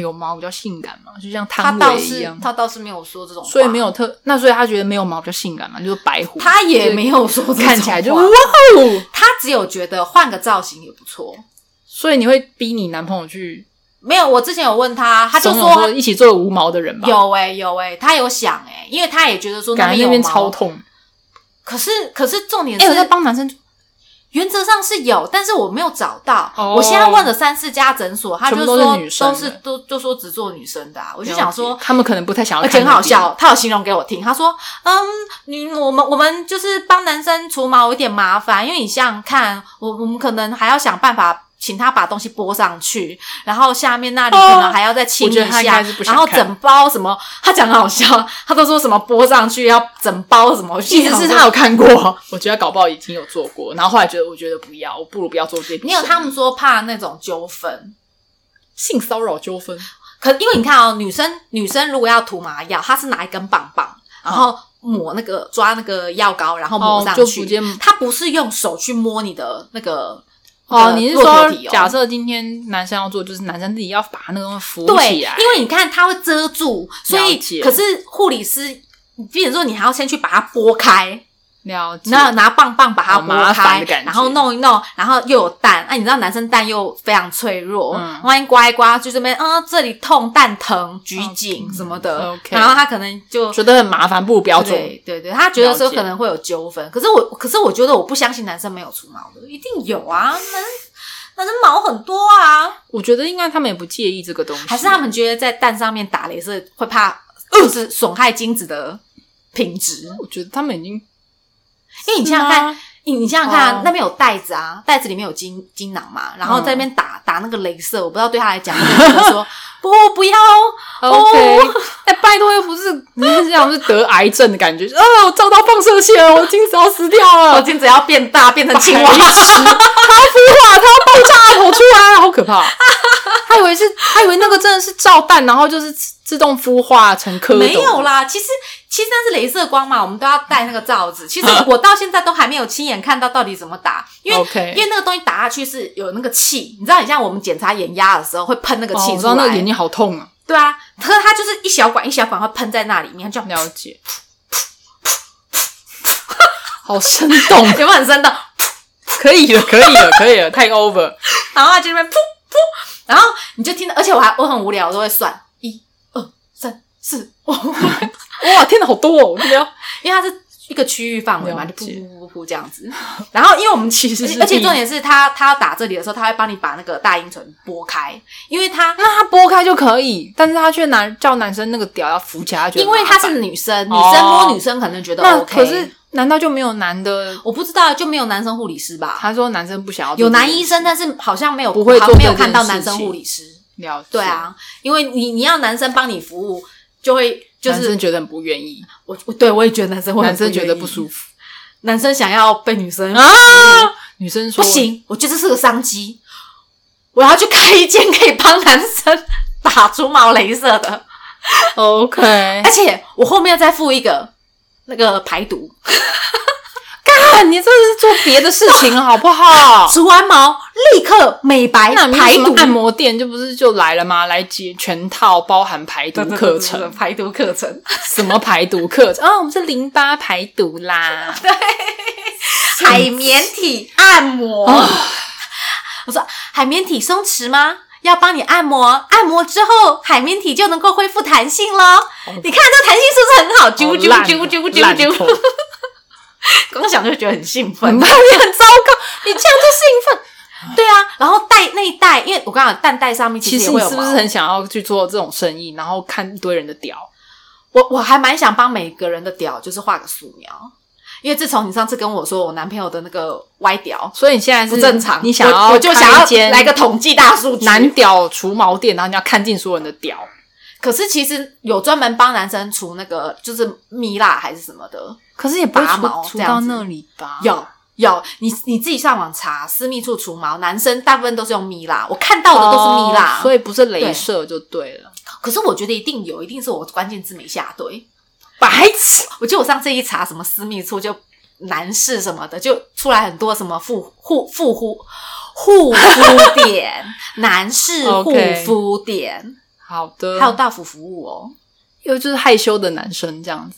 S2: 有毛比较性感吗？就像
S1: 他
S2: 汤
S1: 倒
S2: 唯一
S1: 是
S2: 样，
S1: 他倒是没有说这种话，
S2: 所以没有特那，所以他觉得没有毛比较性感嘛，就是白狐。
S1: 他也没有说这种话
S2: 看起来就哇哦，
S1: 他只有觉得换个造型也不错。
S2: 所以你会逼你男朋友去
S1: 没有，我之前有问他，他就
S2: 怂恿
S1: 说
S2: 一起做个无毛的人吧，
S1: 有哎、有哎、他有想哎、因为他也觉得说
S2: 感觉那
S1: 边
S2: 边
S1: 有
S2: 超
S1: 毛，哦
S2: 痛。
S1: 可是可是重点
S2: 哎，我在
S1: 是
S2: 帮男生
S1: 原则上是有，但是我没有找到。
S2: 哦
S1: 我现在问了三四家诊所，他就
S2: 全
S1: 说
S2: 部都是女生
S1: 都
S2: 的
S1: 是都就说只做女生的、啊，我就想
S2: 了
S1: 说呃
S2: 解。他们可能不太想要
S1: 而
S2: 看
S1: 且
S2: 那边，
S1: 很好笑，他有形容给我听，他说：“嗯，你我们我们就是帮男生除毛有点麻烦，因为你想想看，我我们可能还要想办法请他把东西拨上去，然后下面那里
S2: 哦
S1: 可能还要再清
S2: 我觉得
S1: 一
S2: 他应
S1: 下，
S2: 该是不想
S1: 然后
S2: 看
S1: 整包什么，他讲得好笑，他都说什么拨上去要整包什么，我
S2: 意
S1: 心
S2: 思
S1: 想
S2: 是
S1: 说
S2: 他有看过，我觉得搞不好已经有做过，然后后来觉得我觉得不要，我不如不要做这笔生
S1: *laughs*
S2: 意。
S1: 没有他们说怕那种纠纷。”
S2: 性骚扰纠纷，
S1: 可因为你看哦，女生女生如果要涂麻药，她是拿一根棒棒，然后抹那个抓那个药膏，然后抹
S2: 哦
S1: 上
S2: 就
S1: 去。
S2: 直接
S1: 她不是用手去摸你的那个
S2: 哦，
S1: 那个
S2: 你是
S1: 骆
S2: 说
S1: 驼体哦
S2: 假设今天男生要做，就是男生自己要把那个东西扶
S1: 对，
S2: 起来，
S1: 因为你看它会遮住，所以
S2: 了解
S1: 可是护理师，比如说你还要先去把它拨开，
S2: 了解
S1: 那拿棒棒把它
S2: 好哦麻
S1: 拨
S2: 烦
S1: 开
S2: 的感，觉
S1: 然后弄一弄，然后又有蛋。哎、你知道男生蛋又非常脆弱，
S2: 嗯
S1: 万一刮一刮就这边，嗯，这里痛，蛋疼，橘颈什么的，
S2: 哦嗯 OK
S1: 然后他可能就
S2: 觉得很麻烦，不如不要做。
S1: 对对对，他觉得说
S2: 了解
S1: 可能会有纠纷，可是我可是我觉得我不相信男生没有除毛的，一定有啊，男男生毛很多啊，
S2: 我觉得应该他们也不介意这个东西，
S1: 还是他们觉得在蛋上面打镭射会怕，呃就是损害精子的品质，
S2: 我觉得他们已经，
S1: 因为你想想看。
S2: 是吗
S1: 你你想想看啊、
S2: 哦
S1: 那边有袋子啊，袋子里面有精精囊嘛，然后在那
S2: 嗯
S1: 边打、打那个镭射，我不知道对他来讲，他就觉得说 *laughs* 不不要哦，
S2: OK，哎、拜托，又不是你是这样是得癌症的感觉，哦，我照到放射线了，我精子要死掉
S1: 我 *laughs*
S2: 了，
S1: 精子要变大变成青蛙
S2: 白，痴哇，他要爆炸头出来啊了，好可怕！他以为是，他以为那个真的是照蛋，然后就是自自动孵化成蝌蚪。
S1: 没有，啦，其实其实那是镭射光嘛，我们都要戴那个罩子。其实
S2: 啊
S1: 我到现在都还没有亲眼看到到底怎么打，因为
S2: OK
S1: 因为那个东西打下去是有那个气，你知道，你像我们检查眼压的时候会喷那个
S2: 哦，
S1: 气
S2: 我知
S1: 出
S2: 道
S1: 来，
S2: 那个眼睛好痛啊，
S1: 对啊，可是它就是一小管一小管会喷在那里面，就有
S2: 了解，好生动， *laughs*
S1: 没有很生动？
S2: 可以了，可以了，可以了，太 over。
S1: 然后它就在那边噗噗，然后你就听，而且我还我很无聊，我都会算一二三四五，
S2: 哇，天哪，好多哦！对啊，
S1: 因为它是一个区域范围嘛，
S2: 了
S1: 就噗
S2: 解
S1: 噗噗噗噗这样子。 *laughs* 然后因为我们
S2: 其实是
S1: 而且
S2: 第一
S1: 重点是他他要打这里的时候，他会帮你把那个大阴唇拨开，因为 *laughs* 他
S2: 那他拨开就可以，但是他却拿叫男生那个屌要扶起来，他觉得
S1: 因为
S2: 麻烦
S1: 她是女生，女
S2: 哦
S1: 生摸女哦生可能觉得
S2: 那
S1: OK，
S2: 可是难道就没有男的？
S1: 我不知道就没有男生护理师吧？
S2: 他说男生不想要
S1: 有
S2: 做这
S1: 男
S2: 件
S1: 医
S2: 事
S1: 生，但是好像没有
S2: 不会
S1: 好
S2: 做
S1: 像没有
S2: 这件
S1: 看到
S2: 事
S1: 男生
S2: 情
S1: 护理师。
S2: 了解，
S1: 对，啊，因为你你要男生帮你服务，就会就
S2: 男生
S1: 是
S2: 觉得很不愿 *laughs* 意，
S1: 我我对我也觉得男生会很
S2: 男生觉得不
S1: 服
S2: 舒服
S1: 务，男生想要被女生、
S2: 啊。女生
S1: 不
S2: 说
S1: 行，我觉得这是个商机，我要去开一间可以帮男生打除毛镭射的，
S2: *laughs* ，OK，
S1: *laughs* 而且我后面再附一个那个排毒，
S2: 干，你这是做别的事情啊 *laughs* 了好不好？
S1: 除完毛立刻美白
S2: 那你
S1: 排
S2: 什
S1: 毒
S2: 么按摩店就不是就来了吗？来接全套包含排毒课
S1: *laughs*
S2: 程，
S1: 排毒课 *laughs* 程，
S2: 什么排毒课程？啊，我们是淋巴排毒 *laughs* 啦。
S1: 海绵体按摩。 *laughs* 我说海绵体松弛吗？要帮你按摩，按摩之后海绵体就能够恢复弹性喽。你看这弹性是不是很好？啾啾啾啾啾啾， *laughs*
S2: 啾，
S1: 光想就觉得很兴奋 *laughs*
S2: 很。很糟糕，你这样就兴奋。
S1: 对啊，然后带那一带，因为我刚刚蛋带上面
S2: 其
S1: 实
S2: 实
S1: 也
S2: 你
S1: 会有
S2: 是不是
S1: 毛
S2: 很想要去做这种生意，然后看一堆人的屌？
S1: 我我还蛮想帮每个人的屌就是画个素描，因为自从你上次跟我说我男朋友的那个歪屌
S2: 所以你现在是
S1: 不正常，
S2: 你想
S1: 我
S2: 要
S1: 我就想
S2: 开
S1: 要
S2: 一间
S1: 来个统计大数据。
S2: 男屌除毛店，然后你要看尽所有人的屌。
S1: 可是其实有专门帮男生除那个就是蜜蜡还是什么的，
S2: 可是也不会
S1: 拔
S2: 除
S1: 毛
S2: 除
S1: 这样
S2: 到
S1: 子
S2: 那里吧？
S1: 有有，你你自己上网查私密处除毛，男生大部分都是用蜜蜡，我看到的都是蜜蜡，
S2: 哦所
S1: 以
S2: 以不是镭
S1: 对
S2: 射就对了。
S1: 可是我觉得一定有，一定是我关键字没下对。
S2: 白痴，
S1: 我记得我上次一查什么私密处就男士什么的，就出来很多什么护护护肤护肤点，男士护
S2: OK
S1: 肤点，
S2: 好的，
S1: 还有大幅服务哦。
S2: 又就是害羞的男生这样子，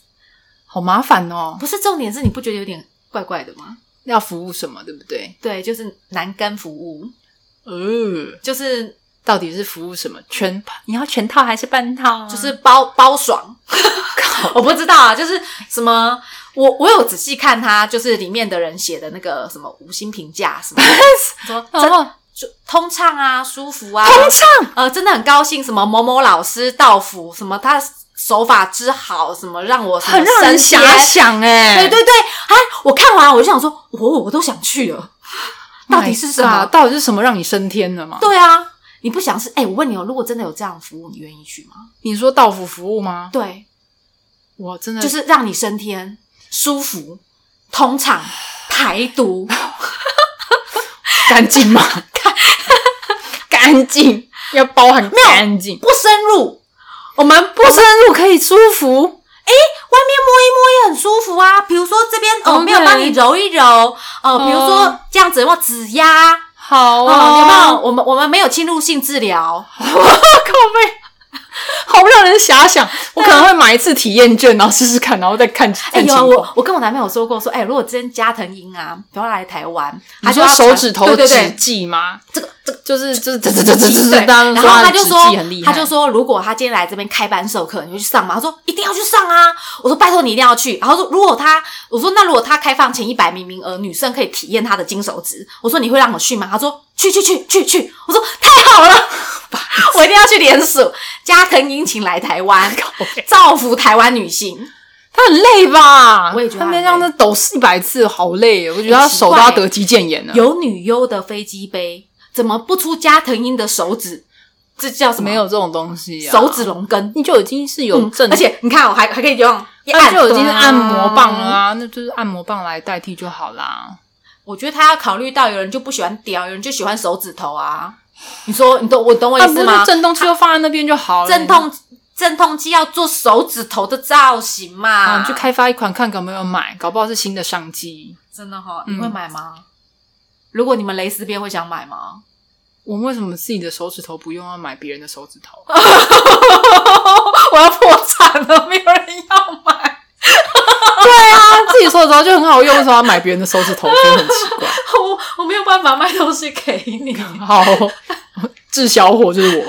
S2: 好麻烦哦。
S1: 不是重点是你不觉得有点怪怪的吗？
S2: 要服务什么，对不对？
S1: 对，就是男根服务，
S2: 呃，
S1: 就是
S2: 到底是服务什么？全你要全套还是半套、啊
S1: 就。是包包爽。 *laughs* 我不知道啊，就是什么，我我有仔细看他，就是里面的人写的那个什么五星评价 *laughs* 什么的，说
S2: 然
S1: 真
S2: 后
S1: 就通畅啊，舒服啊，
S2: 通畅，
S1: 呃，真的很高兴，什么某某老师到府，什么他手法之好，什么让我什么
S2: 很让人
S1: 升
S2: 遐
S1: 天。
S2: 想哎、
S1: 对对对，哎，我看完我就想说，哦，我都想去了。到底是什么
S2: Oh My God，到底是什么让你升天的嘛？
S1: 啊对啊，你不想是？哎、我问你哦，如果真的有这样的服务，你愿意去吗？
S2: 你说道府服务吗？
S1: 对，
S2: 我真的
S1: 就是让你升天、舒服、通畅、排
S2: *laughs*
S1: 毒。
S2: 干净
S1: *laughs*
S2: 吗？干净要包含干净，
S1: 不深入，我们不
S2: 不深入可以舒服。
S1: 外面摸一摸也很舒服啊。比如说这边哦，
S2: OK
S1: 没有帮你揉一揉，呃，比如说这样子，有没有指压？
S2: 好
S1: 哦，有没有？
S2: 哦，
S1: 我们我们没有侵入性治疗，
S2: 靠背，好让人遐 *laughs* 想。我可能会买一次体验券，然后试试看，然后再看
S1: 哎有
S2: 看情
S1: 啊，
S2: 况。
S1: 我我跟我男朋友说过，说哎、如果今天加藤鹰啊不要来台湾，
S2: 你
S1: 他就
S2: 说
S1: 要
S2: 手指头
S1: 对对
S2: 指
S1: 对，
S2: 技吗？
S1: 这个
S2: 这就是就是这这这这这
S1: 对
S2: 这，当
S1: 然后他就
S2: 指
S1: 说
S2: 技很厉，
S1: 他
S2: 害，*laughs*
S1: 就说，如果他今天来这边开班授课，你就去上吗？他说一定要去上啊！我说拜托你一定要去。然后说如果他，我说那如果他开放前一百名名额，女生可以体验他的金手指，我说你会让我去吗？他说去去去去去。我说太好了， *laughs* 我一定要去联署。加藤英请来台
S2: *laughs*
S1: 湾，造福台湾女性。
S2: 他很累吧？
S1: 我也觉得他
S2: 他
S1: 很
S2: 们
S1: 累
S2: 让那抖四百次，好累哦。我觉得
S1: 很
S2: 他
S1: 奇
S2: 手都要
S1: 怪
S2: 得肌腱炎了。
S1: 有女优的飞机杯，怎么不出加藤鹰的手指？这叫什么？
S2: 没有这种东西啊？
S1: 手指龙根。
S2: 你就已经是有
S1: 嗯
S2: 正，
S1: 而且你看，我还还可以用一
S2: 那
S1: 按，啊
S2: 就已经是按摩棒了。啊，那就是按摩棒来代替就好啦。
S1: 我觉得他要考虑到有人就不喜欢屌，有人就喜欢手指头啊。你说你懂我懂我
S2: 那
S1: 意
S2: 不
S1: 思
S2: 是
S1: 吗？
S2: 震动器就放在那边就好了，
S1: 镇痛镇痛剂要做手指头的造型嘛？
S2: 啊，你去开发一款看有没有买，搞不好是新的商机。
S1: 真的哈、
S2: 嗯
S1: 你会买吗？如果你们蕾丝边会想买吗？
S2: 我们为什么自己的手指头不用，要买别人的手指头？
S1: *laughs*
S2: *laughs* 啊
S1: 我要破产了，没有人要买，
S2: 对啊，自己手指头就很好用，为什么要买别人的手指头？真的很奇怪。
S1: *laughs*
S2: *laughs*
S1: 我我没有办法卖东西给你。
S2: 好，治小火就是我。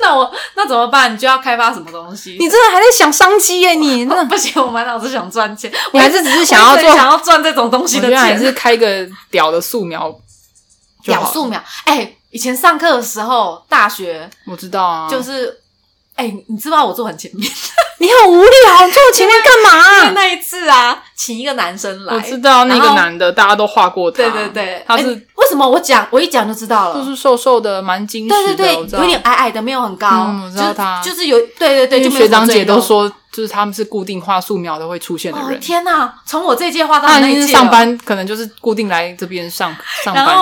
S1: 那我那怎么办？你就要开发什么东西？哦
S2: 你真的还在想商机耶、你 *laughs* 那
S1: 不行，我满脑子想赚钱，
S2: 你还
S1: 我一
S2: 是只
S1: 直
S2: 是想要
S1: 我一直
S2: 做，
S1: 想要赚这种东西
S2: 我
S1: 的
S2: 觉得还是
S1: 钱，
S2: 开个屌的素描就
S1: 秒
S2: 好了。
S1: 素秒。哎、以前上课的时候，大学
S2: 我知道啊，
S1: 就是，哎、你知不知道我坐很前 *laughs* 面？
S2: 你很无聊，你坐我前面干
S1: 因为
S2: 嘛、
S1: 那一次啊，请一个男生来，
S2: 我知道那
S1: 然
S2: 个
S1: 后
S2: 男的，大家都画过他，
S1: 对对对，
S2: 他
S1: 哎
S2: 是
S1: 为什么我讲我一讲就知道了？
S2: 就是瘦瘦的，蛮精
S1: 对
S2: 实
S1: 对
S2: 的，我知
S1: 对，
S2: 道
S1: 有点矮矮的，没有很高。
S2: 嗯我知道
S1: 就是
S2: 他
S1: 就是有，对对对，
S2: 因
S1: 就
S2: 为
S1: 没有
S2: 学长
S1: 什么赘
S2: 姐都
S1: 肉。
S2: 说，就是他们是固定画素描都会出现的
S1: 哦
S2: 人。
S1: 天哪！从我这届画到
S2: 那
S1: 那一
S2: 是
S1: 届哦
S2: 上
S1: 了，
S2: 班，可能就是固定来这边上上
S1: 然后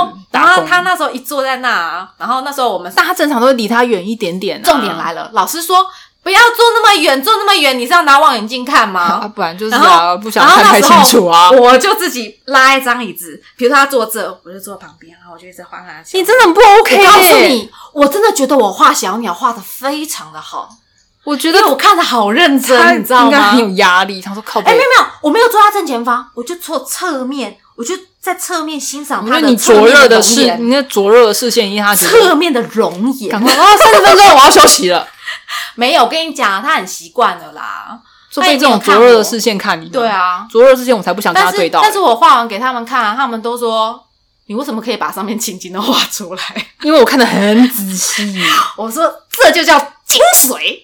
S1: 然
S2: 班打
S1: 后
S2: 工。
S1: 他那时候一坐在那啊，然后那时候我们上
S2: 大家正常都会离他远一点点、啊。
S1: 重点来了，老师说不要坐那么远，坐那么远，你是要拿望远镜看
S2: 啊，
S1: 吗？
S2: 不然就是
S1: 然后
S2: 啊，不想
S1: 然后
S2: 看
S1: 那
S2: 太
S1: 时
S2: 清楚
S1: 候
S2: 啊。
S1: 我就自己拉一张椅子，比如说他坐这，我就坐旁边，然后我就一直画他。
S2: 你真的很不 OK？
S1: 我告诉，你，我真的觉得我画小鸟画的非常的好，
S2: 我觉
S1: 因
S2: 得
S1: 为我看的好认
S2: 他
S1: 真，你知道
S2: 应该
S1: 吗
S2: 很？有压力。他说靠
S1: 哎，
S2: 背
S1: 没有，没有，我没有坐他正前方，我就坐侧面，我就在侧面欣赏
S2: 我
S1: 他
S2: 觉
S1: 的
S2: 得你
S1: 侧
S2: 灼
S1: 面
S2: 热
S1: 的
S2: 的嗯
S1: 容
S2: 视，
S1: 颜
S2: 你那灼热的视线一定他觉得
S1: 侧面的容颜
S2: 赶。快啊，三十分钟我要休息了。
S1: 没有，我跟你讲，他很习惯了啦。
S2: 说被这种灼热的视线看你，
S1: 对，啊，
S2: 灼热的视线我才不嗯想跟
S1: 但
S2: 他
S1: 是
S2: 对到，欸
S1: 但是我画完给他们看，他们都说你为什么可以把上面情景都画出来？
S2: 因为我看的很仔细。
S1: 我说这就叫精髓。